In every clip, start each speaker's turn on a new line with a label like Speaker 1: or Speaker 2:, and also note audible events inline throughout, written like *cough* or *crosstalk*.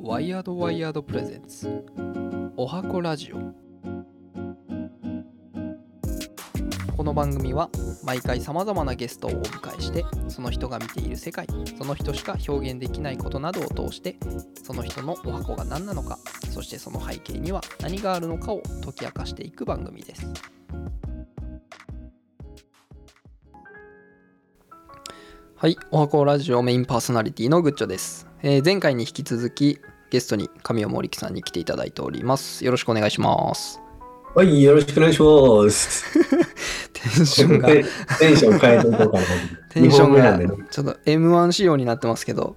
Speaker 1: ワイヤードワイヤードプレゼンツおはこラジオこの番組は毎回さまざまなゲストをお迎えしてその人が見ている世界その人しか表現できないことなどを通してその人のおはこが何なのかそしてその背景には何があるのかを解き明かしていく番組ですはい、おはこラジオメインパーソナリティのグッチョです、えー前回に引き続きゲストに神尾森木さんに来ていただいておりますよろしくお願いします
Speaker 2: はい、よろしくお願いします。
Speaker 1: テンションが
Speaker 2: テテンション変えていこうかな。
Speaker 1: テンション
Speaker 2: 日本語な
Speaker 1: が
Speaker 2: んでね
Speaker 1: ちょっと M1 仕様になってますけど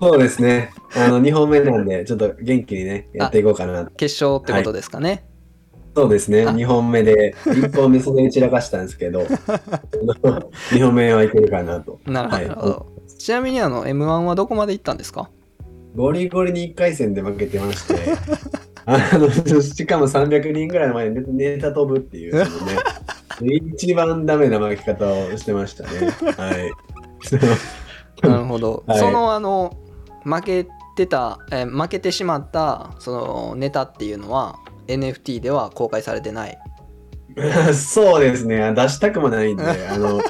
Speaker 2: そうですね。あの、2本目なんで、ちょっと元気にね、やっていこうかな。
Speaker 1: 決勝ってことですかね、
Speaker 2: そうですね。
Speaker 1: あ
Speaker 2: 2本目で、1本目すでに散らかしたんですけど、2本目はいけるかなと。
Speaker 1: なるほどなるほど、ちなみにあの M1 はどこまで行ったんですか
Speaker 2: ゴリゴリに1回戦で負けてまして、あの、しかも300人ぐらいの前にネタ飛ぶっ
Speaker 1: *laughs*
Speaker 2: ていう、そのね、一番ダメな負け方をしてましたね。はい。
Speaker 1: なるほど、
Speaker 2: はい
Speaker 1: そのあの負けてた、えー負けてしまったそのネタっていうのは NFT では公開されてない
Speaker 2: *laughs* そうですね、出したくもないんで、あの、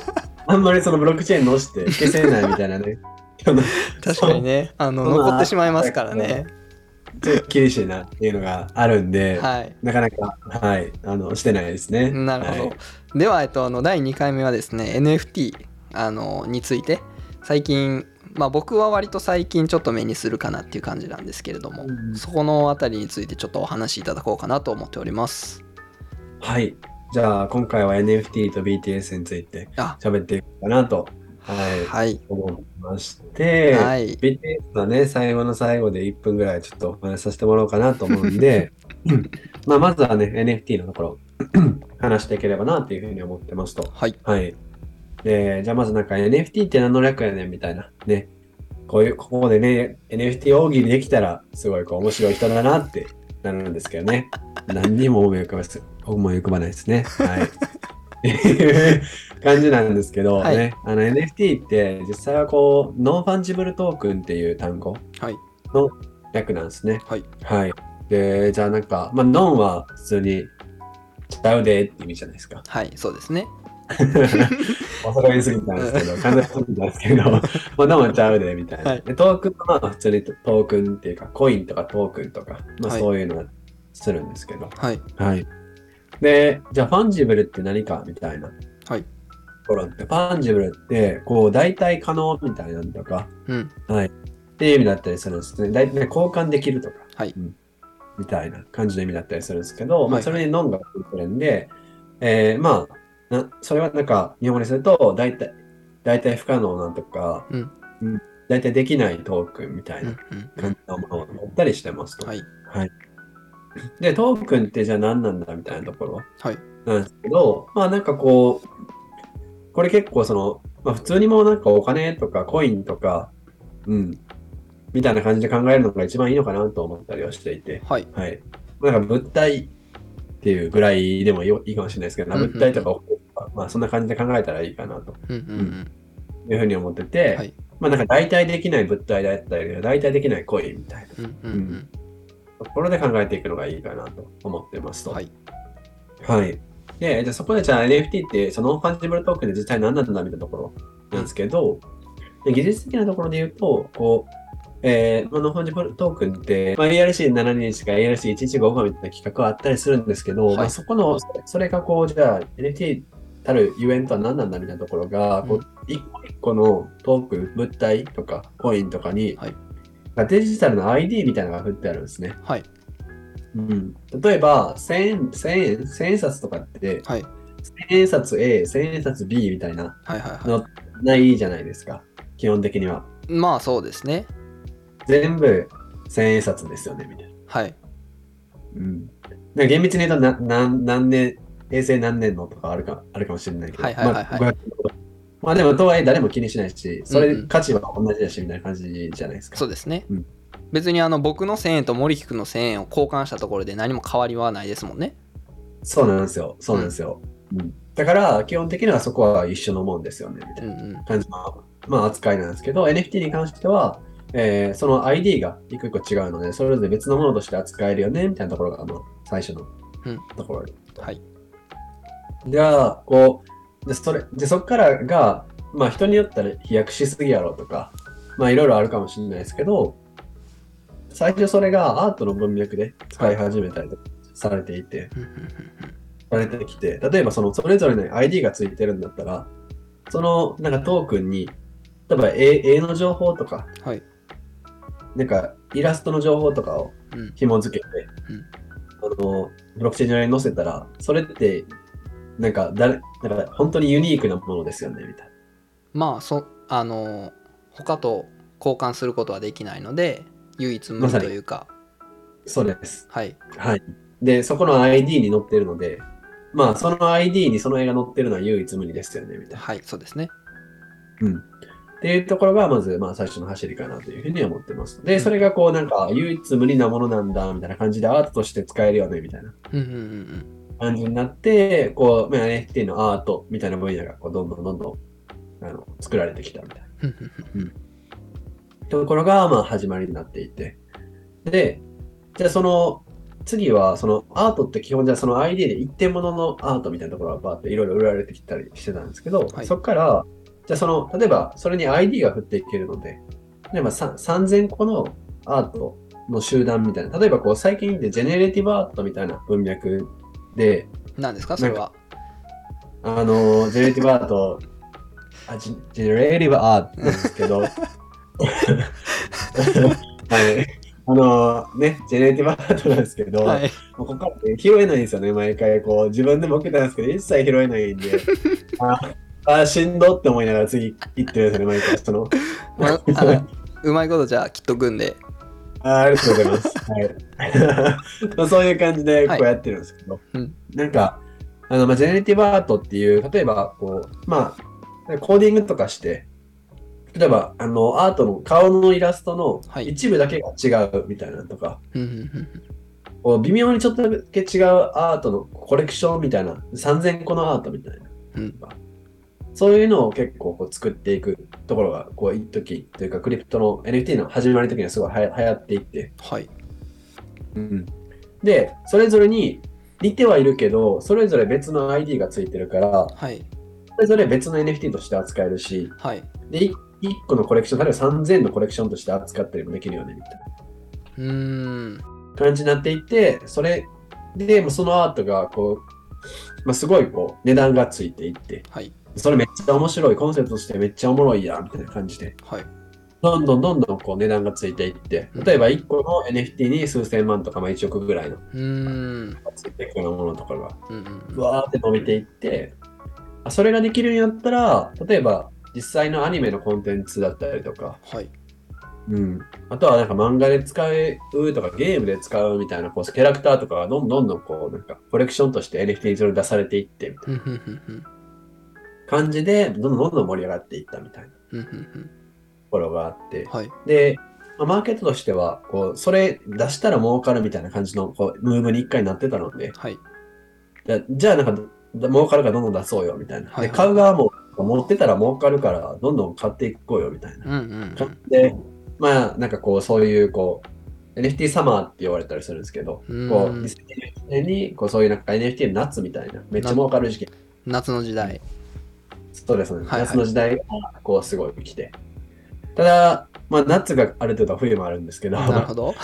Speaker 2: あんまりそのブロックチェーンのして消せないみたいな
Speaker 1: *laughs*
Speaker 2: ね、あの
Speaker 1: 確かにねあの
Speaker 2: そう
Speaker 1: 残ってしまいますからね
Speaker 2: ちょっと厳しいなっていうのがあるんで、
Speaker 1: はい
Speaker 2: なかなか、はい、あの、してないです
Speaker 1: *laughs*
Speaker 2: ね。
Speaker 1: なるほど、
Speaker 2: はい
Speaker 1: では、えっと、あの第2回目はですね NFT あのについて最近まあ僕は割と最近ちょっと目にするかなっていう感じなんですけれども、
Speaker 2: うん
Speaker 1: そこのあたりについてちょっとお話しいただこうかなと思っております
Speaker 2: はい。じゃあ、今回は NFT と BTS について
Speaker 1: あ
Speaker 2: 喋っていこうかなと、はい、
Speaker 1: はい
Speaker 2: 思いまして、
Speaker 1: はい、
Speaker 2: BTS はね、最後の最後で1分ぐらいちょっとお話しさせてもらおうかなと思うん
Speaker 1: *laughs*
Speaker 2: で、うんまあ、まずはね、NFT のところ、話していければなっていうふうに思ってますと。
Speaker 1: はい
Speaker 2: はい。で、じゃあまずなんか NFT って何の略やねんみたいな。ね。こういう、ここでね、NFT 大喜利できたら、すごいこう面白い人だなってなるんですけどね。何にも思い浮かばす思い浮かばないですね。はい。っていう感じなんですけど、
Speaker 1: はい
Speaker 2: ね、あの NFT って実際はこう、ノンファンジブルトークンっていう単語
Speaker 1: はい
Speaker 2: の略なんですね。
Speaker 1: はい。
Speaker 2: はい。で、じゃあなんか、まあ、ノンは普通に、ちゃうでって意味じゃないですか。
Speaker 1: はいそうですね
Speaker 2: お揃いすぎたんですけど、完全すぎたんです
Speaker 1: *laughs*
Speaker 2: けど、まあ、どうもちゃうで、みたいな。
Speaker 1: はい
Speaker 2: でトークンはまあ普通にトークンっていうか、コインとかトークンとか、まあ、
Speaker 1: はい
Speaker 2: そういうのはするんですけど。
Speaker 1: はい
Speaker 2: はい。で、じゃあ、ファンジブルって何かみたいな。
Speaker 1: はい
Speaker 2: ところって、ファンジブルって、こう、代替可能みたいなのとか、
Speaker 1: うん
Speaker 2: っていう意味だったりするんですね。大体ね交換できるとか、
Speaker 1: はい
Speaker 2: うんみたいな感じの意味だったりするんですけど、ま
Speaker 1: は
Speaker 2: あ、
Speaker 1: い
Speaker 2: それにノンがついてるんで、えーまあな、それはなんか日本語にすると大体、大体不可能なんとか、
Speaker 1: うん
Speaker 2: うん大体できないトークンみた
Speaker 1: う
Speaker 2: い
Speaker 1: んう
Speaker 2: なん
Speaker 1: う
Speaker 2: 感
Speaker 1: ん
Speaker 2: じのものを持ったりしてますと。
Speaker 1: はい
Speaker 2: で、トークンってじゃあ何なんだみたいなところ
Speaker 1: はい
Speaker 2: なんですけど、まあなんかこう、これ結構その、まあ普通にもうなんかお金とかコインとか、うん、みたいな感じで考えるのが一番いいのかなと思ったりはしていて、
Speaker 1: はい
Speaker 2: はい。なんか物体っていうぐらいでもいいいいかもしれないですけど、
Speaker 1: うんうんうん
Speaker 2: 物体とかお金とか、まあそんな感じで考えたらいいかなと
Speaker 1: うんうん
Speaker 2: いうふうに思ってて、
Speaker 1: はい
Speaker 2: まあなんか代替できない物体だったり、代替できないコインみたいな
Speaker 1: うんうんうん
Speaker 2: ところで考えていくのがいいかなと思ってます
Speaker 1: う
Speaker 2: と。
Speaker 1: んはい
Speaker 2: はい。で、じゃあそこでじゃあ NFT ってそのノンファンジブルトークンで実際何なんだみたいなところなんですけど、で技術的なところで言うと、こう、えーまあ、ノンファンジブルトークンって、まあ、ERC72 とか ERC1155 みたいな企画はあったりするんですけど、
Speaker 1: はい
Speaker 2: まあ、そこの、それそれがこう、じゃあ NFT たるゆえんとは何なんだみたいなところが、こ
Speaker 1: う
Speaker 2: う、一個一個のトークン、物体とかコインとかに、
Speaker 1: はい
Speaker 2: なんかデジタルの ID みたいなのが振ってあるんですね。
Speaker 1: はい
Speaker 2: うん、例えば1000円1000円1000円札とかって
Speaker 1: はい
Speaker 2: 1000円札 A、1000円札 B みたいな
Speaker 1: はいはいは
Speaker 2: のないじゃないですか、基本的には。
Speaker 1: いまあそうですね
Speaker 2: 全部1000円札ですよね、みたいな。
Speaker 1: はい
Speaker 2: うん、だから厳密に言うとな何何年、平成何年のとかあるかあるかもしれないけど、
Speaker 1: はいはいはいはい
Speaker 2: まあ500まあでも、とはいえ誰も気にしないし、そ
Speaker 1: うん
Speaker 2: れ
Speaker 1: うん
Speaker 2: 価値は同じだし、みたいな感じじゃないですか。
Speaker 1: そうですね、
Speaker 2: うん
Speaker 1: 別にあの僕の1000円と森木君の1000円を交換したところで何も変わりはないですもんね
Speaker 2: そうなんですよ、そうなんですよ。うん、だから、基本的にはそこは一緒のもんですよね、みたいな
Speaker 1: う。んうん
Speaker 2: 感じの、まあ、扱いなんですけど、NFT に関しては、えーその ID が一個一個違うので、それぞれ別のものとして扱えるよね、みたいなところが、まあ、最初の
Speaker 1: うん
Speaker 2: ところで。
Speaker 1: はい。
Speaker 2: じゃあ、こう、でそれでそこからが、まあ、人によったら飛躍しすぎやろとか、まあ、いろいろあるかもしれないですけど、最初それがアートの文脈で使い始めたりとかされていて、
Speaker 1: うんうんうん
Speaker 2: されてきて、例えばそのそれぞれの ID がついてるんだったら、そのなんかトークンに、例えば絵絵の情報とか、
Speaker 1: はい
Speaker 2: なんかイラストの情報とかを
Speaker 1: うんうん
Speaker 2: 紐付けて、あのブロックチェーン上に載せたら、それってなんか誰なんか本当にユニークなものですよねみたい
Speaker 1: まあそあのー他と交換することはできないので唯一無
Speaker 2: ま
Speaker 1: 二
Speaker 2: さ
Speaker 1: と
Speaker 2: に
Speaker 1: いうか、
Speaker 2: な。そうです。
Speaker 1: はい
Speaker 2: はい。で、そこの ID に載ってるので、まあその ID にその絵が載ってるのは唯一無二ですよねみたいな。
Speaker 1: はいそうですね
Speaker 2: うん。っていうところが、まず、まあ、最初の走りかなというふうに思ってます。
Speaker 1: う
Speaker 2: で、
Speaker 1: ん
Speaker 2: それが、こう、なんか、唯一無二なものなんだ、みたいな感じで、アートとして使えるよね、みたいな
Speaker 1: うんうんうん
Speaker 2: 感じになって、こう、まあ、NFT のアートみたいな分野が、こう、どんどんどんどん、あの、作られてきたみたいな
Speaker 1: うんうんうん
Speaker 2: ところが、まあ、始まりになっていて。で、じゃあ、その、次は、その、アートって基本、じゃあ、その ID で一点物のアートみたいなところが、バーっていろいろ売られてきたりしてたんですけど、
Speaker 1: はい
Speaker 2: そこから、じゃあ、その、例えば、それに ID が振っていけるので、例えばさ3000個のアートの集団みたいな、例えばこう最近でジェネレティブアートみたいな文脈で、
Speaker 1: 何ですかそれは
Speaker 2: あのージェネレティブアート、あジジェネレティブアートなんですけど、はい、あのーね、ジェネレティブアートなんですけど、
Speaker 1: はい
Speaker 2: もうここから、ね、拾えないんですよね、毎回こう、自分でも受けたんですけど、一切拾えないん
Speaker 1: *laughs*
Speaker 2: で、ああ、しんどって思いながら次行ってるんですよね、毎回。その
Speaker 1: まあ *laughs* あのうまいことじゃあきっと軍で
Speaker 2: あーありがとうございます。はい、まあ *laughs* そういう感じでこうやってるんですけど、
Speaker 1: うん
Speaker 2: なんかあの、まあ、ジェネリティブアートっていう例えばこう、まあ、コーディングとかして例えばあのアートの顔のイラスト
Speaker 1: は
Speaker 2: の
Speaker 1: い
Speaker 2: 一部だけが違うみたいなのとか、
Speaker 1: うんうんうん
Speaker 2: こう微妙にちょっとだけ違うアートのコレクションみたいな3000個のアートみたいな、
Speaker 1: うん
Speaker 2: そういうのを結構こう作っていくところがこう一時というかクリプトの NFT の始まりの時にはすごいはや流行っていって。
Speaker 1: はい
Speaker 2: で、それぞれに似てはいるけど、それぞれ別の ID がついてるから、
Speaker 1: はい
Speaker 2: それぞれ別の NFT として扱えるし、
Speaker 1: はい
Speaker 2: で、1個のコレクション、例えば3000のコレクションとして扱ったりもできるよね、みたいな
Speaker 1: うーん
Speaker 2: 感じになっていて、それで、もうそのアートが、こう、まあ、すごいこう値段がついていって、
Speaker 1: はい
Speaker 2: それめっちゃ面白い、コンセプトとしてめっちゃおもろいやんみたいな感じで、
Speaker 1: はい
Speaker 2: どんどんどんどんこう値段がついていって、例えば1個の NFT に数千万とか、まあ、1億ぐらいの
Speaker 1: うーん
Speaker 2: ついていくようなものとかが
Speaker 1: うんうんうん
Speaker 2: わーって伸びていって、あそれができるようになったら、例えば実際のアニメのコンテンツだったりとか、
Speaker 1: はい
Speaker 2: うん、あとはなんか漫画で使うとかゲームで使うみたいなこうキャラクターとかがどんどんどんこうなんかコレクションとして NFT にそれを出されていってみたい
Speaker 1: うんうんうんうん
Speaker 2: な感じで、どんどんどんどん盛り上がっていったみたいなと
Speaker 1: うんうん
Speaker 2: ころがあっ
Speaker 1: うん
Speaker 2: て、
Speaker 1: はい
Speaker 2: で、まあマーケットとしてはこうそれ出したら儲かるみたいな感じのこうムーブに一回なってたので、
Speaker 1: はい
Speaker 2: じゃあじゃあなんかだ儲かるからどんどん出そうよみたいな。
Speaker 1: はいはい
Speaker 2: で買う側も持ってたら儲かるからどんどん買っていこうよみたいな。
Speaker 1: うんうんうん
Speaker 2: で、まあなんかこうそういうこう NFT サマーって言われたりするんですけど、
Speaker 1: うん
Speaker 2: こう2020年にこうそういうなんか NFT の夏みたいなめっちゃ儲かる時期、
Speaker 1: 夏の時代
Speaker 2: ストレス
Speaker 1: は
Speaker 2: の
Speaker 1: いはい
Speaker 2: 夏の時代がこうすごい来て。ただ、まあ夏がある程度冬もあるんですけど、
Speaker 1: なるほど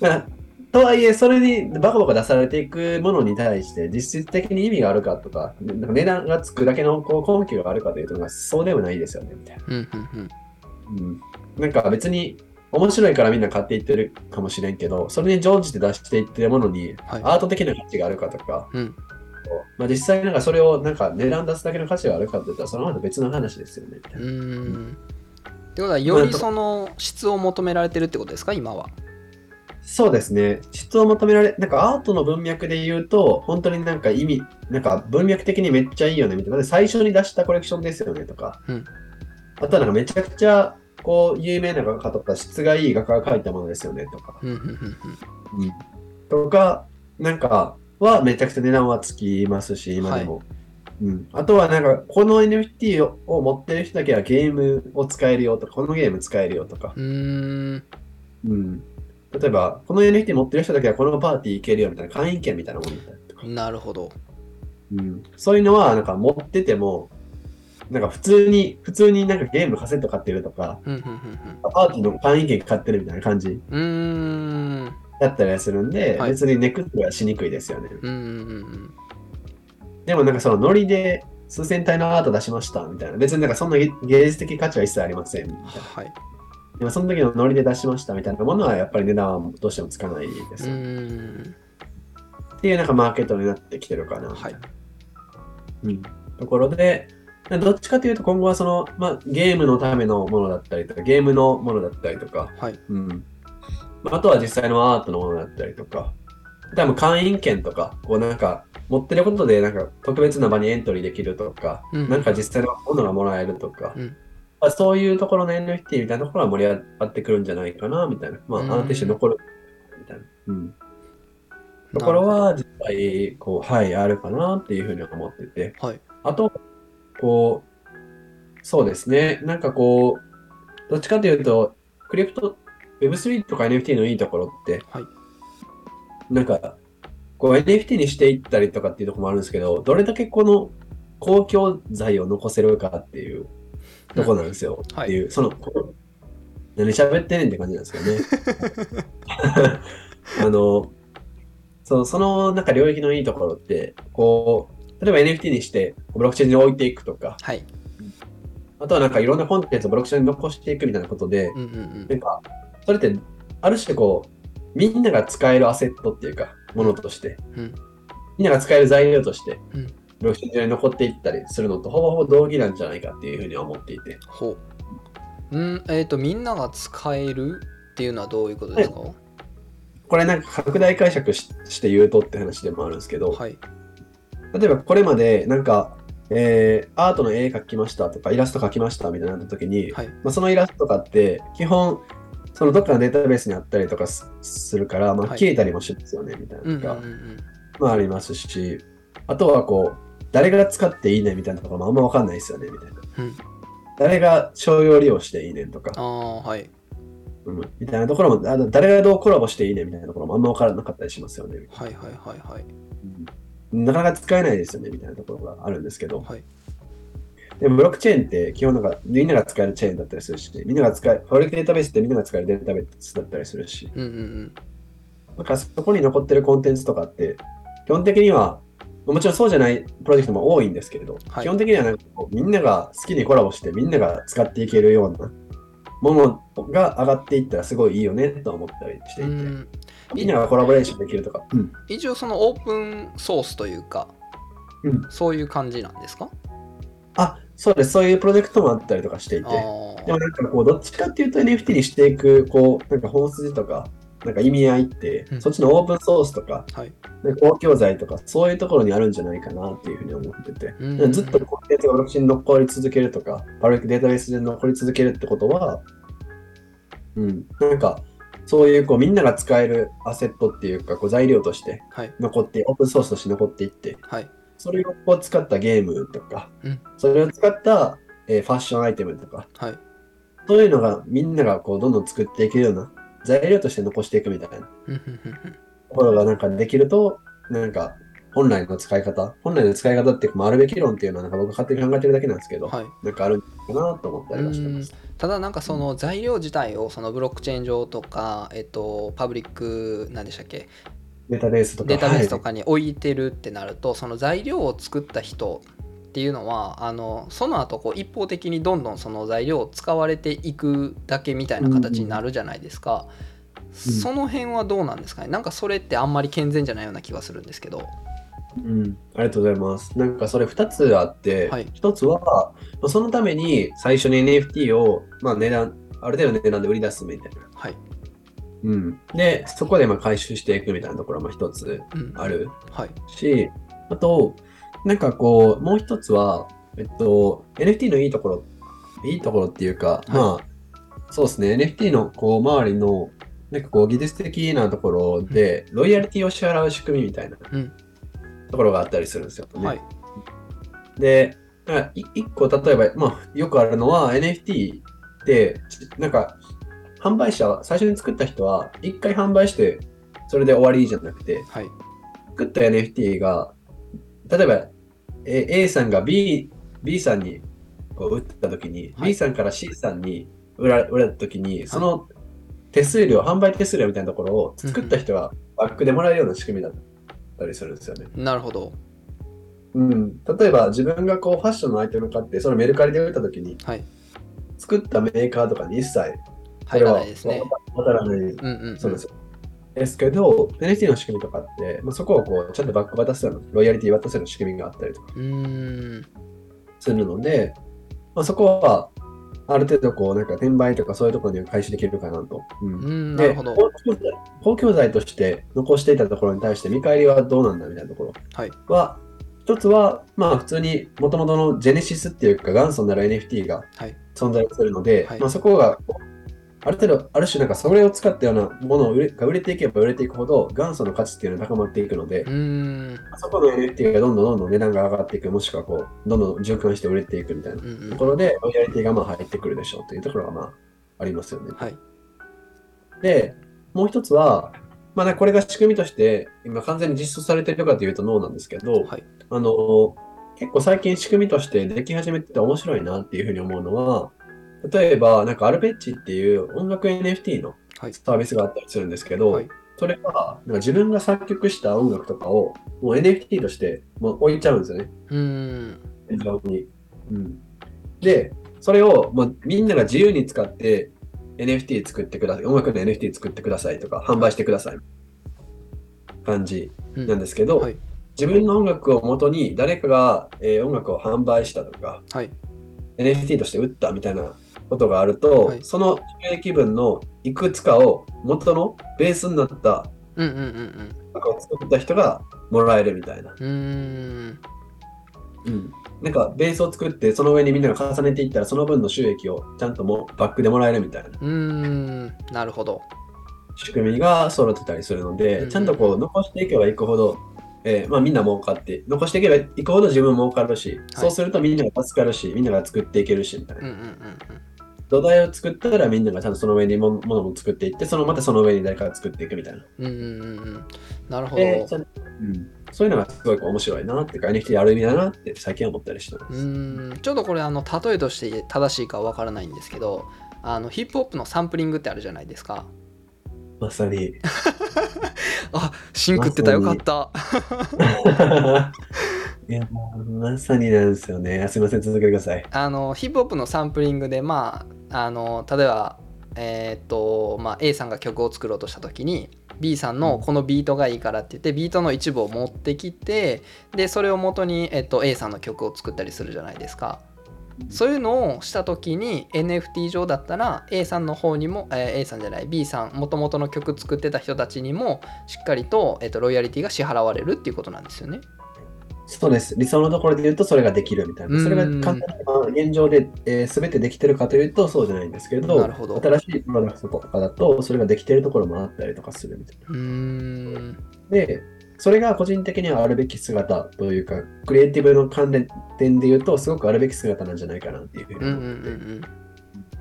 Speaker 2: まあ *laughs* とはいえ、それにバカバカ出されていくものに対して、実質的に意味があるかとか、なんか値段がつくだけのこう根拠があるかというと、まあそうでもないですよね、みたいな。
Speaker 1: うんうんうん
Speaker 2: うん、なんか別に、面白いからみんな買っていってるかもしれんけど、それに乗じて出していってるものに、
Speaker 1: はい
Speaker 2: アート的な価値があるかとか、
Speaker 1: うん
Speaker 2: まあ、実際なんかそれをなんか値段出すだけの価値があるかって言ったら、それはまた別の話ですよね、みたいうな。
Speaker 1: ーんってことはよりその質を求められてるってことですか今は
Speaker 2: そうですね。質を求められ、なんかアートの文脈で言うと、本当になんか意味、なんか文脈的にめっちゃいいよねみたいな。最初に出したコレクションですよねとか。
Speaker 1: うん
Speaker 2: あとはなんかめちゃくちゃ、こう、有名な画家とか、質がいい画家が描いたものですよねとか。
Speaker 1: うんうんうん
Speaker 2: とか、なんかはめちゃくちゃ値段はつきますし、今でも。うん、あとはなんか、この NFT をを持ってる人だけはゲームを使えるよとか、このゲーム使えるよとか、
Speaker 1: うーん
Speaker 2: うん、例えば、この NFT 持ってる人だけはこのパーティー行けるよみたいな、会員権みたいなものみたいなとか、
Speaker 1: なるほど
Speaker 2: うん、そういうのはなんか持ってても、なんか普通に、普通になんかゲームのカセット買ってるとか、
Speaker 1: うんうんうん
Speaker 2: パーティーの会員権買ってるみたいな感じ
Speaker 1: うんうーん
Speaker 2: だったりはするんで、
Speaker 1: はい
Speaker 2: 別にネクストはしにくいですよね。
Speaker 1: うんうんうん
Speaker 2: でもなんかそのノリで数千体のアート出しましたみたいな。別になんかそんな芸芸術的価値は一切ありませんみたい
Speaker 1: うん
Speaker 2: な。
Speaker 1: はい
Speaker 2: でもその時のノリで出しましたみたいなものはやっぱり値段はどうしてもつかないで
Speaker 1: う
Speaker 2: すよ、
Speaker 1: ーん
Speaker 2: っていうなんかマーケットになってきてるかな。
Speaker 1: はい
Speaker 2: うん、ところで、どっちかというと今後はその、まあ、ゲームのためのものだったりとか、ゲームのものだったりとか、
Speaker 1: はい
Speaker 2: うん、まああとは実際のアートのものだったりとか、多分会員権とか、こうなんか持ってることでなんか特別な場にエントリーできるとか、
Speaker 1: うん
Speaker 2: なんか実際のものがもらえるとか、
Speaker 1: うん
Speaker 2: まあ、そういうところの NFT みたいなところは盛り上がってくるんじゃないかな、みたいな。まあ、
Speaker 1: う
Speaker 2: ア
Speaker 1: ん
Speaker 2: ーティストに残る、みたいな。うん。ところは実際、こう、はい、あるかなっていうふうに思ってて。
Speaker 1: はい
Speaker 2: あと、こう、そうですね。なんかこう、どっちかというと、クリプト、Web3 とか NFT のいいところって、
Speaker 1: はい
Speaker 2: なんか、こう NFT にしていったりとかっていうところもあるんですけど、どれだけこの公共財を残せるかっていうところなんですよ。
Speaker 1: はい
Speaker 2: っていう、その、こう何喋ってんねんって感じなんですけどね。あの、そうそのなんか領域のいいところって、こう、例えば NFT にしてブロックチェーンに置いていくとか、
Speaker 1: はい
Speaker 2: あとはなんかいろんなコンテンツをブロックチェーンに残していくみたいなことで、
Speaker 1: うんうん
Speaker 2: なんか、それって、ある種こう、みんなが使えるアセットっていうか、ものとして、
Speaker 1: うん
Speaker 2: みんなが使える材料として、
Speaker 1: うん
Speaker 2: ブロックチェーン上に残っていったりするのと、ほぼほぼ同義なんじゃないかっていうふうには思っていて、
Speaker 1: ほうんえっ、とみんなが使えるっていうのはどういうことですかは
Speaker 2: これなんか拡大解釈しして言うとって話でもあるんですけど、
Speaker 1: い
Speaker 2: 例えばこれまでなんか、えーアートの絵描きましたとかイラスト描きましたみたいになった時に、
Speaker 1: はい
Speaker 2: まあ、そのイラストとかって基本そのどっかのデータベースにあったりとかすするから、まあ、
Speaker 1: はい
Speaker 2: 消えたりもしますよねみたいな
Speaker 1: うんう
Speaker 2: の
Speaker 1: んう
Speaker 2: が、
Speaker 1: ん
Speaker 2: まあ、ありますしあとはこう誰が使っていいねみたいなところもあんま分かんないですよねみたいな
Speaker 1: うん
Speaker 2: 誰が商用利用していいねとか
Speaker 1: あ、あはい
Speaker 2: うんみたいなところもあと誰がどうコラボしていいねみたいなところもあんま分からなかったりしますよねみたいな
Speaker 1: はいはいはいはい
Speaker 2: なかなか使えないですよねみたいなところがあるんですけど、
Speaker 1: はい
Speaker 2: でもブロックチェーンって基本なんかみんなが使えるチェーンだったりするし、みんなが使え、フォレデータベースってみんなが使えるデータベースだったりするし、
Speaker 1: うんうん
Speaker 2: なんかそこに残ってるコンテンツとかって、基本的には、もちろんそうじゃないプロジェクトも多いんですけれど、
Speaker 1: はい
Speaker 2: 基本的にはなんかこうみんなが好きにコラボしてみんなが使っていけるようなものが上がっていったらすごいいいよねと思ったりして
Speaker 1: う
Speaker 2: いて、
Speaker 1: んうん
Speaker 2: みんながコラボレーションできるとか、うん
Speaker 1: 一応そのオープンソースというか、
Speaker 2: うん
Speaker 1: そういう感じなんですか
Speaker 2: あ、そうです。そういうプロジェクトもあったりとかしていて
Speaker 1: あ。ー
Speaker 2: でもなんかこう、どっちかっていうと NFT にしていく、こう、なんか本筋とか、なんか意味合いって、
Speaker 1: うん
Speaker 2: そっちのオープンソースとか、
Speaker 1: はい
Speaker 2: なんか公共財とか、そういうところにあるんじゃないかなっていうふうに思ってて。
Speaker 1: うん
Speaker 2: でずっとコンテンツがブロックチェーンに残り続けるとか、パブリックデータベースで残り続けるってことは、うん、なんか、そういうこうみんなが使えるアセットっていうか、こう材料として
Speaker 1: はい
Speaker 2: 残って、オープンソースとして残っていって、
Speaker 1: はい
Speaker 2: それをこう使ったゲームとか、
Speaker 1: うん
Speaker 2: それを使った、えーファッションアイテムとか、
Speaker 1: はい
Speaker 2: そういうのがみんながこうどんどん作っていけるような材料として残していくみたいな
Speaker 1: うんうんうんうん
Speaker 2: ところがなんかできると、なんか本来の使い方、本来の使い方っていうか、まああるべき論っていうのはなんか僕が勝手に考えてるだけなんですけど、
Speaker 1: はい
Speaker 2: なんかあるんかなと思ったりはしてます。
Speaker 1: ただなんかその材料自体をそのブロックチェーン上とか、えっと、パブリック何でしたっけ
Speaker 2: データベースとか。
Speaker 1: データベースと
Speaker 2: か。
Speaker 1: かに置いてるってなると、その材料を作った人っていうのはあのその後こう一方的にどんどんその材料を使われていくだけみたいな形になるじゃないですか、その辺はどうなんですかねなんかそれってあんまり健全じゃないような気がするんですけど
Speaker 2: うん。ありがとうございます。なんかそれ2つあって、
Speaker 1: はい
Speaker 2: 1つは、まあそのために最初に NFT を、まあ、値段、ある程度の値段で売り出すみたいな。
Speaker 1: はい、
Speaker 2: うん。で、そこでまあ回収していくみたいなところも1つ
Speaker 1: うん、
Speaker 2: ある。
Speaker 1: はい
Speaker 2: し、あと、なんかこう、もう一つは、えっと、NFT のいいところ、いいところっていうか、
Speaker 1: い
Speaker 2: まあ、そうですね、NFT のこう周りの、なんかこう、技術的なところで、ロイヤリティを支払う仕組みみたいな
Speaker 1: うん
Speaker 2: ところがあったりするんですよね。
Speaker 1: はい
Speaker 2: で、だからい一個例えば、まあ、よくあるのは NFT って、ちなんか、販売者は、最初に作った人は、一回販売して、それで終わりじゃなくて、
Speaker 1: はい。
Speaker 2: 作った NFT が、例えば、え A さんが B, B さんにこう売ったときに、
Speaker 1: はい
Speaker 2: B さんから C さんに売ら売られたときに、その手数料、販売手数料みたいなところを作った人がバックでもらえるような仕組みだったりするんですよね。
Speaker 1: なるほど。
Speaker 2: うん、例えば自分がこうファッションのアイテム買ってそのメルカリで売った時に、
Speaker 1: はい
Speaker 2: 作ったメーカーとかに一切そ
Speaker 1: 入
Speaker 2: れ
Speaker 1: ら
Speaker 2: は
Speaker 1: ないですね。
Speaker 2: わからない
Speaker 1: うんうんうん。
Speaker 2: そうですよですけど NFT の仕組みとかって、まあ、そこをこうちゃんとバック渡すようなロイヤリティ渡すような仕組みがあったりとか
Speaker 1: うーん。
Speaker 2: するので、まあ、そこはある程度こうなんか転売とかそういうところに回収できるかなと。う
Speaker 1: うんん、な
Speaker 2: で
Speaker 1: るほど。
Speaker 2: 公共財公共財として残していたところに対して見返りはどうなんだみたいなところ
Speaker 1: はい
Speaker 2: は、一つは、まあ、普通にもともとのジェネシスっていうか元祖になる NFT が
Speaker 1: はい
Speaker 2: 存在するので、
Speaker 1: はい
Speaker 2: まあ、そこがある程度、ある種なんかそれを使ったようなものを売れが売れていけば売れていくほど元祖の価値っていうのは高まっていくので
Speaker 1: う、ーん。
Speaker 2: そこの NFT がどんどんどんどん値段が上がっていく、もしくはこうどんどん循環して売れていくみたいな
Speaker 1: うんう
Speaker 2: と
Speaker 1: ん
Speaker 2: こ。ろで、ロイヤリティがまあ入ってくるでしょうというところがまあありますよね。
Speaker 1: はい。
Speaker 2: で、もう一つは、まあね、これが仕組みとして、今完全に実装されてるかというとノーなんですけど、
Speaker 1: はい
Speaker 2: あの、結構最近仕組みとしてでき始めてて面白いなっていうふうに思うのは、例えば、なんかアルペッチっていう音楽 NFT の
Speaker 1: はい。
Speaker 2: サービスがあったりするんですけど、
Speaker 1: はい
Speaker 2: それは、なんか自分が作曲した音楽とかを、もう NFT としてもう置いちゃうんですよね。
Speaker 1: うーん。
Speaker 2: 演奏に。うん、で、それを、まあ、みんなが自由に使って NFT 作ってください、音楽の NFT 作ってくださいとか、販売してください。感じ
Speaker 1: うん
Speaker 2: なんですけど、
Speaker 1: はい
Speaker 2: 自分の音楽を元に誰かが、えー音楽を販売したとか、
Speaker 1: はい。
Speaker 2: NFT として売ったみたいなことがあると、
Speaker 1: はい
Speaker 2: その収益分のいくつかを元のベースになった
Speaker 1: うんうんうん
Speaker 2: 音楽を作った人がもらえるみたいな。
Speaker 1: うん。うーん。
Speaker 2: なんかベースを作ってその上にみんなが重ねていったらその分の収益をちゃんともうバックでもらえるみたいな
Speaker 1: うーん。なるほど。
Speaker 2: 仕組みが揃ってたりするので、
Speaker 1: うん
Speaker 2: ちゃんとこう残していけばいくほど、えーまあ、みんな儲かって残していけばいくほど自分も儲かるし、そうするとみんなが助かるしみんなが作っていけるしみたいな、
Speaker 1: うんうんうん
Speaker 2: 土台を作ったらみんながちゃんとその上にもものも作っていってそのまたその上に誰かが作っていくみたいな、
Speaker 1: うん。うんうんうんうん。なるほど。
Speaker 2: でちゃんとうんそういうのがすごいこう面白いなっていうか NFT ある意味だなって最近は思ったりしてま
Speaker 1: う
Speaker 2: す、
Speaker 1: ーんちょっとこれあの例えとして正しいかわからないんですけどあのヒップホップのサンプリングってあるじゃないですか
Speaker 2: まさに
Speaker 1: あシンクってたよかった
Speaker 2: いや、もうまさになんですよね。すみません、続けてください。
Speaker 1: あのヒップホップのサンプリングでまああの例えばえーっとまあ A さんが曲を作ろうとした時に B さんのこのビートがいいからって言ってビートの一部を持ってきてでそれを元にえっと A さんの曲を作ったりするじゃないですかそういうのをした時に NFT 上だったら A さんの方にも、えー A さんじゃない B さん元々の曲作ってた人たちにもしっかりと,、えっとロイヤリティが支払われるっていうことなんですよね。
Speaker 2: そうです。理想のところで言うと、それができるみたいな。それが簡単にまあ現状で、えー、全てできてるかというと、そうじゃないんですけど、
Speaker 1: なるほど
Speaker 2: 新しいプロダクトとかだと、それができてるところもあったりとかするみたいう
Speaker 1: ーん
Speaker 2: な。で、それが個人的にはあるべき姿というか、クリエイティブの関連点で言うと、すごくあるべき姿なんじゃないかなっていうふう
Speaker 1: うんう
Speaker 2: に
Speaker 1: ん
Speaker 2: 思
Speaker 1: う
Speaker 2: って。
Speaker 1: ん
Speaker 2: だ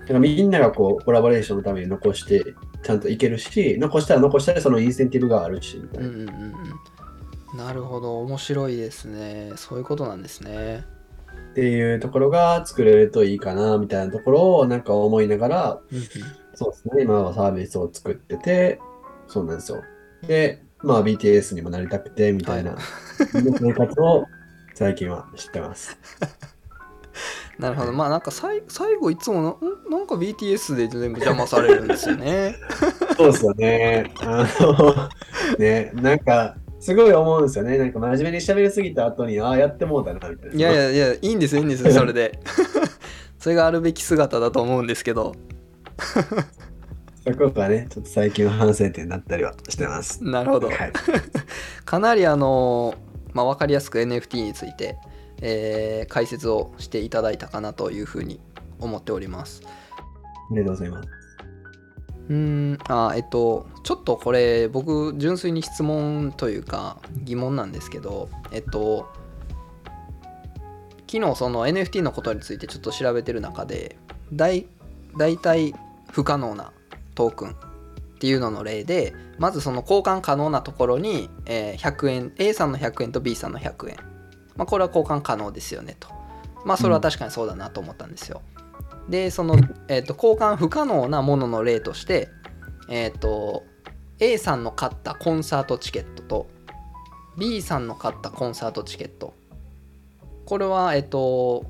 Speaker 2: からみんながこうコラボレーションのために残してちゃんといけるし残したら残したらそのインセンティブがあるしみたい
Speaker 1: うんう
Speaker 2: な、
Speaker 1: んうんうんなるほど面白いですねそういうことなんですね。
Speaker 2: っていうところが作れるといいかなみたいなところをなんか思いながら
Speaker 1: うんうん
Speaker 2: そうですね今はサービスを作っててそうなんですよでまあ BTS にもなりたくてみたいな、
Speaker 1: は
Speaker 2: *laughs* 生活を最近は知ってます
Speaker 1: なるほどまあなんかさい最後いつもなんなんか BTS で全部邪魔されるんですよ *laughs* ね。
Speaker 2: そうですよね。あの、ね、なんか、すごい思うんですよね。なんか真面目に喋りすぎた後に、ああ、やってもうだな、みたいな。
Speaker 1: いやいやいやいいんですよいいんですよそれで *laughs* それがあるべき姿だと思うんですけど
Speaker 2: そこがね、ちょっと最近の反省点だったりはしてます。
Speaker 1: なるほど
Speaker 2: はい。
Speaker 1: かなりあのまあ、分かりやすく NFT について、えー解説をしていただいたかなというふうに思っております
Speaker 2: ありがとうございます。
Speaker 1: うーんあえっとちょっとこれ僕純粋に質問というか疑問なんですけどえっと昨日その NFT のことについてちょっと調べてる中で大大体不可能なトークンっていうのの例でまずその交換可能なところに、えー100円 A さんの100円と B さんの100円、まあ、これは交換可能ですよねとまあそれは確かにそうだなと思ったんですよ、でその、えー、と交換不可能なものの例としてえっ、と A さんの買ったコンサートチケットと B さんの買ったコンサートチケットこれはえっ、と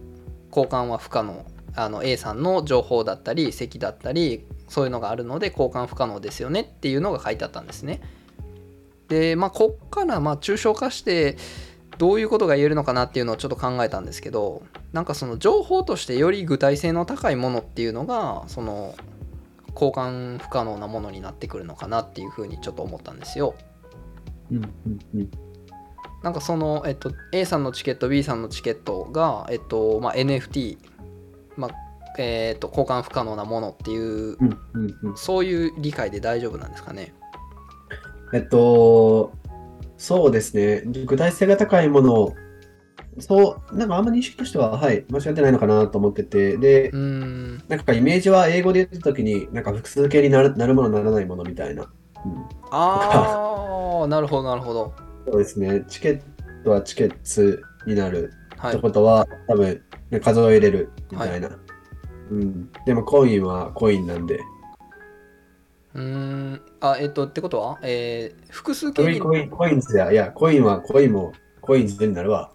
Speaker 1: 交換は不可能あの A さんの情報だったり席だったりそういうのがあるので交換不可能ですよねっていうのが書いてあったんですねでまあこっからまあ抽象化してどういうことが言えるのかなっていうのをちょっと考えたんですけどなんかその情報としてより具体性の高いものっていうのがその交換不可能なものになってくるのかなっていうふうにちょっと思ったんですよ。
Speaker 2: うんうんうん
Speaker 1: なんかその、えっと、A さんのチケット B さんのチケットが、えっとまあ、NFT、まあえっと交換不可能なものっていう
Speaker 2: うんうんうん
Speaker 1: そういう理解で大丈夫なんですかね
Speaker 2: えっと、そうですね。具体性が高いものを、そう、なんかあんま認識としては、はい、間違ってないのかなと思ってて、で
Speaker 1: う、ーん
Speaker 2: なんかイメージは英語で言ったときに、なんか複数形になるなるもの、ならないものみたいな。うん *laughs*
Speaker 1: ああなるほどなるほど
Speaker 2: そうですね。チケットはチケッツになる
Speaker 1: は
Speaker 2: っ
Speaker 1: い
Speaker 2: てことは、多分、ね数を入れるみたいな。うん、でもコインはコインなんで、
Speaker 1: うーんあえっとってことは、えー複数
Speaker 2: コ
Speaker 1: 形
Speaker 2: イン
Speaker 1: に
Speaker 2: コインコインズや、いや、コインはコインもコインズにな
Speaker 1: *laughs*
Speaker 2: るわ。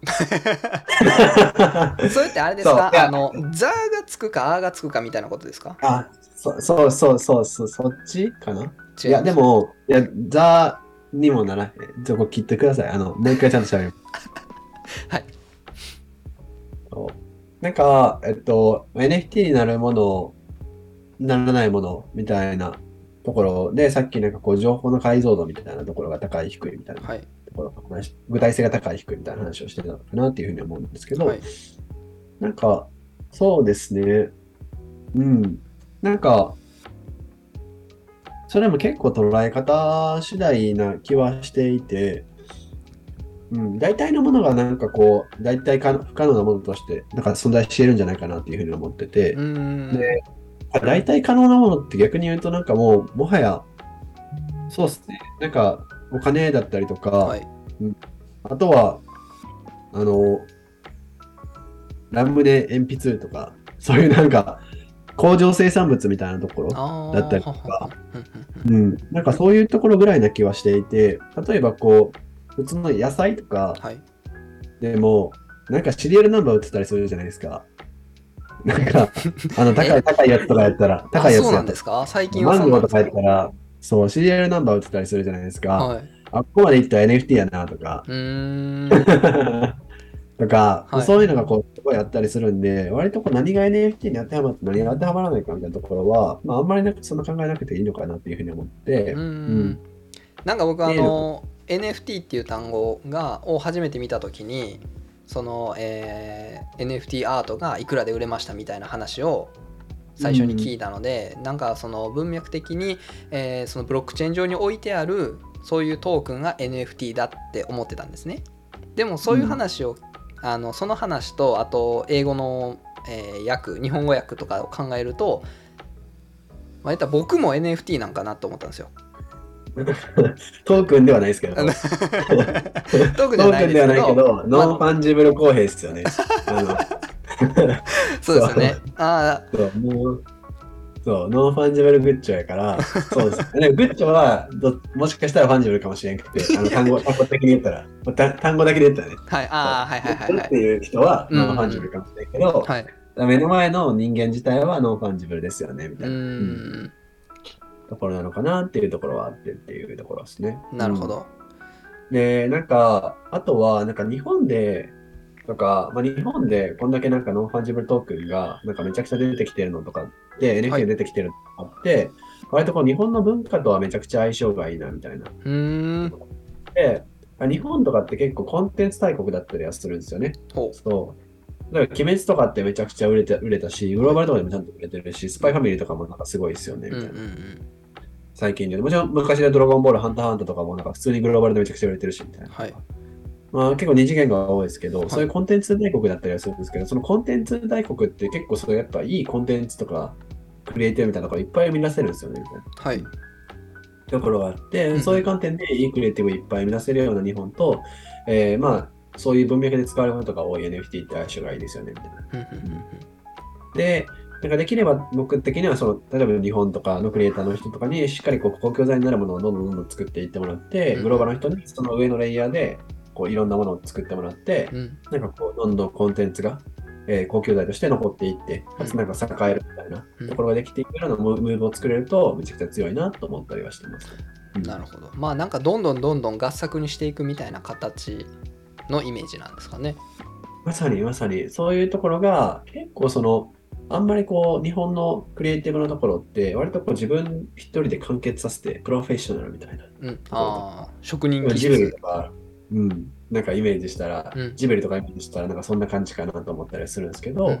Speaker 1: それってあれですか
Speaker 2: そういや
Speaker 1: あの「ザ」がつくか「あ」がつくかみたいなことですか
Speaker 2: あ、そそうそうそうそう、そっちかな
Speaker 1: 違
Speaker 2: いや、で
Speaker 1: も。
Speaker 2: も、いや、ザにもならへん。そこ切ってください。あの、もう一回ちゃんとしゃべる
Speaker 1: *laughs* はい
Speaker 2: そう。なんか、えっと、NFT になるもの、ならないものみたいなところで、さっきなんかこう、情報の解像度みたいなところが高い、低いみたいなと
Speaker 1: はい
Speaker 2: ころの話、具体性が高い、低いみたいな話をしてたのかなっていうふうに思うんですけど、
Speaker 1: はい
Speaker 2: なんか、そうですね。うん。なんか、それも結構捉え方次第な気はしていて、うん、大体のものがなんかこう、大体か不可能なものとして、なんか存在しているんじゃないかなっていうふうに思ってて
Speaker 1: う、ーん
Speaker 2: で大体可能なものって逆に言うとなんかもう、もはや、そうですね、なんかお金だったりとか、
Speaker 1: はい
Speaker 2: あとは、あの、ラムネ鉛筆とか、そういうなんか、工場生産物みたいなところ、
Speaker 1: あー
Speaker 2: だったりとか
Speaker 1: うんうんうん
Speaker 2: うん、なんかそういうところぐらいな気はしていて、例えばこう、普通の野菜とか
Speaker 1: はい
Speaker 2: でも、なんかシリアルナンバー売ってたりするじゃないですか。な
Speaker 1: *laughs*
Speaker 2: んか、あの、高
Speaker 1: え
Speaker 2: い、高いやつとかやったら、高いや
Speaker 1: あ
Speaker 2: つ
Speaker 1: そう
Speaker 2: や
Speaker 1: な
Speaker 2: っ
Speaker 1: ん
Speaker 2: た
Speaker 1: ですか最近
Speaker 2: ら、
Speaker 1: は
Speaker 2: マ
Speaker 1: そ
Speaker 2: ン
Speaker 1: うな
Speaker 2: ゴ
Speaker 1: ん
Speaker 2: ー
Speaker 1: で
Speaker 2: と
Speaker 1: す
Speaker 2: かやったら、そう、シリアルナンバー売ってたりするじゃないですか。
Speaker 1: はい、
Speaker 2: あ、ここまで行ったら NFT やなとか、
Speaker 1: うーん
Speaker 2: とか、
Speaker 1: はい
Speaker 2: そういうのがこうすごいあったりするんで、割とこう何が NFT に当てはまって何が当てはまらないかみたいなところは、まあ、あんまりなんかそんな考えなくていいのかなっていうふうに思って、
Speaker 1: うーん
Speaker 2: ん
Speaker 1: なんか僕あの NFT っていう単語がを初めて見た時にその、えー NFT アートがいくらで売れましたみたいな話を最初に聞いたので、なんかその文脈的に、えーそのブロックチェーン上に置いてあるそういうトークンが NFT だって思ってたんですねでもそういう話を、あのその話とあと英語の、えー訳日本語訳とかを考えると、まあ、言ったら僕も NFT なんかなと思ったんですよ
Speaker 2: トークンではないですけど、
Speaker 1: あ
Speaker 2: ト
Speaker 1: の
Speaker 2: ー
Speaker 1: トーク
Speaker 2: ク
Speaker 1: じゃない
Speaker 2: ン
Speaker 1: で
Speaker 2: です
Speaker 1: け
Speaker 2: はない
Speaker 1: ど、
Speaker 2: けど、ノンファンジブル公平ですよね。あの
Speaker 1: そうですよね。あ
Speaker 2: そう、もう、そう、ノンファンジブルグッチョやから、そうです。でもグッチョはど、もしかしたらファンジブルかもしれんくて、あの単語、単語的に言ったら、た単語だけで言ったらね。
Speaker 1: あ、はい、ああ、はいはいはい
Speaker 2: グ
Speaker 1: は
Speaker 2: ッチョっ
Speaker 1: い
Speaker 2: て。いう人は
Speaker 1: うん
Speaker 2: ノンファンジブルかもしれんけど、
Speaker 1: はい、
Speaker 2: 目の前の人間自体はノンファンジブルですよねみ
Speaker 1: う
Speaker 2: たいな、うん
Speaker 1: ー
Speaker 2: ところなのかなっていうところはあってっていうところですね。
Speaker 1: ん、なるほど。
Speaker 2: うん。で、なんか、あとは、なんか日本で、とか、まあ、日本でこんだけなんかノンファンジブルトークンがなんかめちゃくちゃ出てきてるのとか
Speaker 1: は
Speaker 2: で、
Speaker 1: い
Speaker 2: NFT 出てきてるのとかって、割とこう日本の文化とはめちゃくちゃ相性がいいなみたいな。
Speaker 1: うーん、
Speaker 2: で、日本とかって結構コンテンツ大国だったりはするんですよね。
Speaker 1: ほ
Speaker 2: そう。だから、鬼滅とかってめちゃくちゃ売れて売れたし、グローバルとかでもちゃんと売れてるし、スパイファミリーとかもなんかすごいですよね、
Speaker 1: う。
Speaker 2: み
Speaker 1: う
Speaker 2: た
Speaker 1: ん
Speaker 2: い
Speaker 1: うん
Speaker 2: な。
Speaker 1: うん。
Speaker 2: 最近で。もちろん昔でドラゴンボール、ハンターハンターとかもなんか普通にグローバルでめちゃくちゃ売れてるし、みたいな。
Speaker 1: はい。
Speaker 2: まあ、結構二次元が多いですけど、
Speaker 1: はい
Speaker 2: そういうコンテンツ大国だったりはするんですけど、そのコンテンツ大国って結構そういうやっぱいいコンテンツとか、クリエイティブみたいなところいっぱい生み出せるんですよね、みたいな
Speaker 1: はい
Speaker 2: ところがあって、
Speaker 1: うん
Speaker 2: そういう観点でいいクリエイティブいっぱい生み出せるような日本と、えーまあ、そういう文脈で使われるものとか多い NFT って相性がいいですよね、みたいな。
Speaker 1: うんうんうん
Speaker 2: で、なんかできれば僕的にはその、例えば日本とかのクリエイターの人とかにしっかりこう公共財になるものをどんどんどんどん作っていってもらって、
Speaker 1: うん
Speaker 2: グローバルの人にその上のレイヤーでこういろんなものを作ってもらって、
Speaker 1: うんうん
Speaker 2: なんかこうどんどんコンテンツが、えー公共財として残っていって、かつなんか栄えるみたいな
Speaker 1: うん
Speaker 2: ところができていくようなムムーブを作れると、めちゃくちゃ強いなと思ったりはしてます。
Speaker 1: なるほどまあなんかどんどんどんどん合作にしていくみたいな形のイメージなんですかね
Speaker 2: まさにまさにそういうところが結構そのあんまりこう日本のクリエイティブのところって割とこう自分一人で完結させてプロフェッショナルみたいな
Speaker 1: うんああ職人技
Speaker 2: ジブリ
Speaker 1: 術
Speaker 2: とか、うん、なんかイメージしたら、
Speaker 1: うん
Speaker 2: ジブリとかイメージしたらなんかそんな感じかなと思ったりするんですけ
Speaker 1: う
Speaker 2: ど、
Speaker 1: ん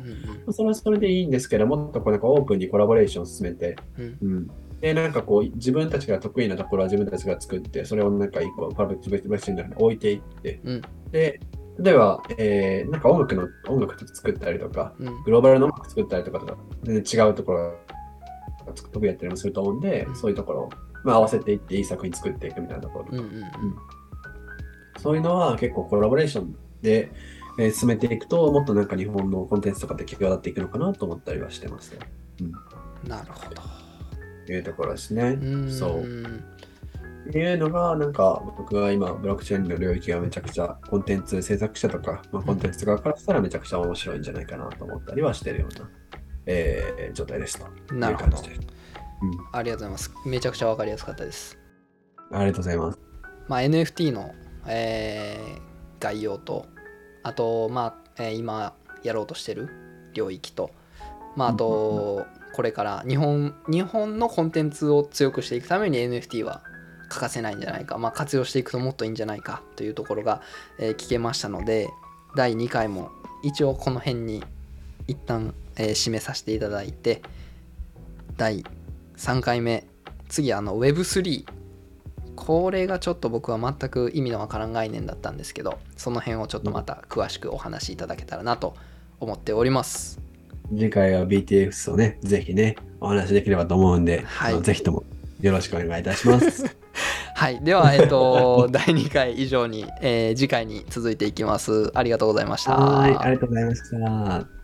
Speaker 1: うん
Speaker 2: それはそれでいいんですけどもっとこうなんかオープンにコラボレーションを進めて、
Speaker 1: うん
Speaker 2: うんでなんかこう自分たちが得意なところは自分たちが作ってそれをなんか一個パブリックベーションに置いていって、
Speaker 1: うん
Speaker 2: で例えば、えーなんか音楽の音楽とか作ったりとか
Speaker 1: うん
Speaker 2: グローバルの音楽作ったりとかとか全然違うところが得意やったりもすると思うんで、
Speaker 1: うん
Speaker 2: そういうところを、まあ、合わせていっていい作品作っていくみたいなところと
Speaker 1: う
Speaker 2: か、
Speaker 1: んうん
Speaker 2: そういうのは結構コラボレーションで、えー進めていくともっとなんか日本のコンテンツとかって際立っていくのかなと思ったりはしてますね。
Speaker 1: うんなるほど
Speaker 2: というところですね。
Speaker 1: うん
Speaker 2: そう
Speaker 1: うん
Speaker 2: っていうのが、なんか僕が今、ブロックチェーンの領域がめちゃくちゃコンテンツ制作者とか、まあ、コンテンツ側からしたらめちゃくちゃ面白いんじゃないかなと思ったりはしてるような、えー状態ですという
Speaker 1: なるほ
Speaker 2: 感
Speaker 1: ど
Speaker 2: じです。
Speaker 1: ありがとうございますめちゃくちゃわかりやすかったです
Speaker 2: ありがとうございます。
Speaker 1: まあ、NFT の、えー概要とあと、まあえー今やろうとしてる領域と、まあ、あとこれから日本日本のコンテンツを強くしていくために NFT は欠かせないんじゃないか、まあ、活用していくともっといいんじゃないかというところが、えー聞けましたので第2回も一応この辺に一旦、えー締めさせていただいて第3回目次あの Web3 これがちょっと僕は全く意味のわからん概念だったんですけどその辺をちょっとまた詳しくお話しいただけたらなと思っております
Speaker 2: 次回は BTX をね、ぜひね、お話しできればと思うんで、
Speaker 1: はい
Speaker 2: あのぜひともよろしくお願いいた
Speaker 1: *laughs*
Speaker 2: します。
Speaker 1: はいではえっ *laughs* と第2回以上に、えー次回に続いていきますありがとうございました
Speaker 2: はい、ありがとうございました。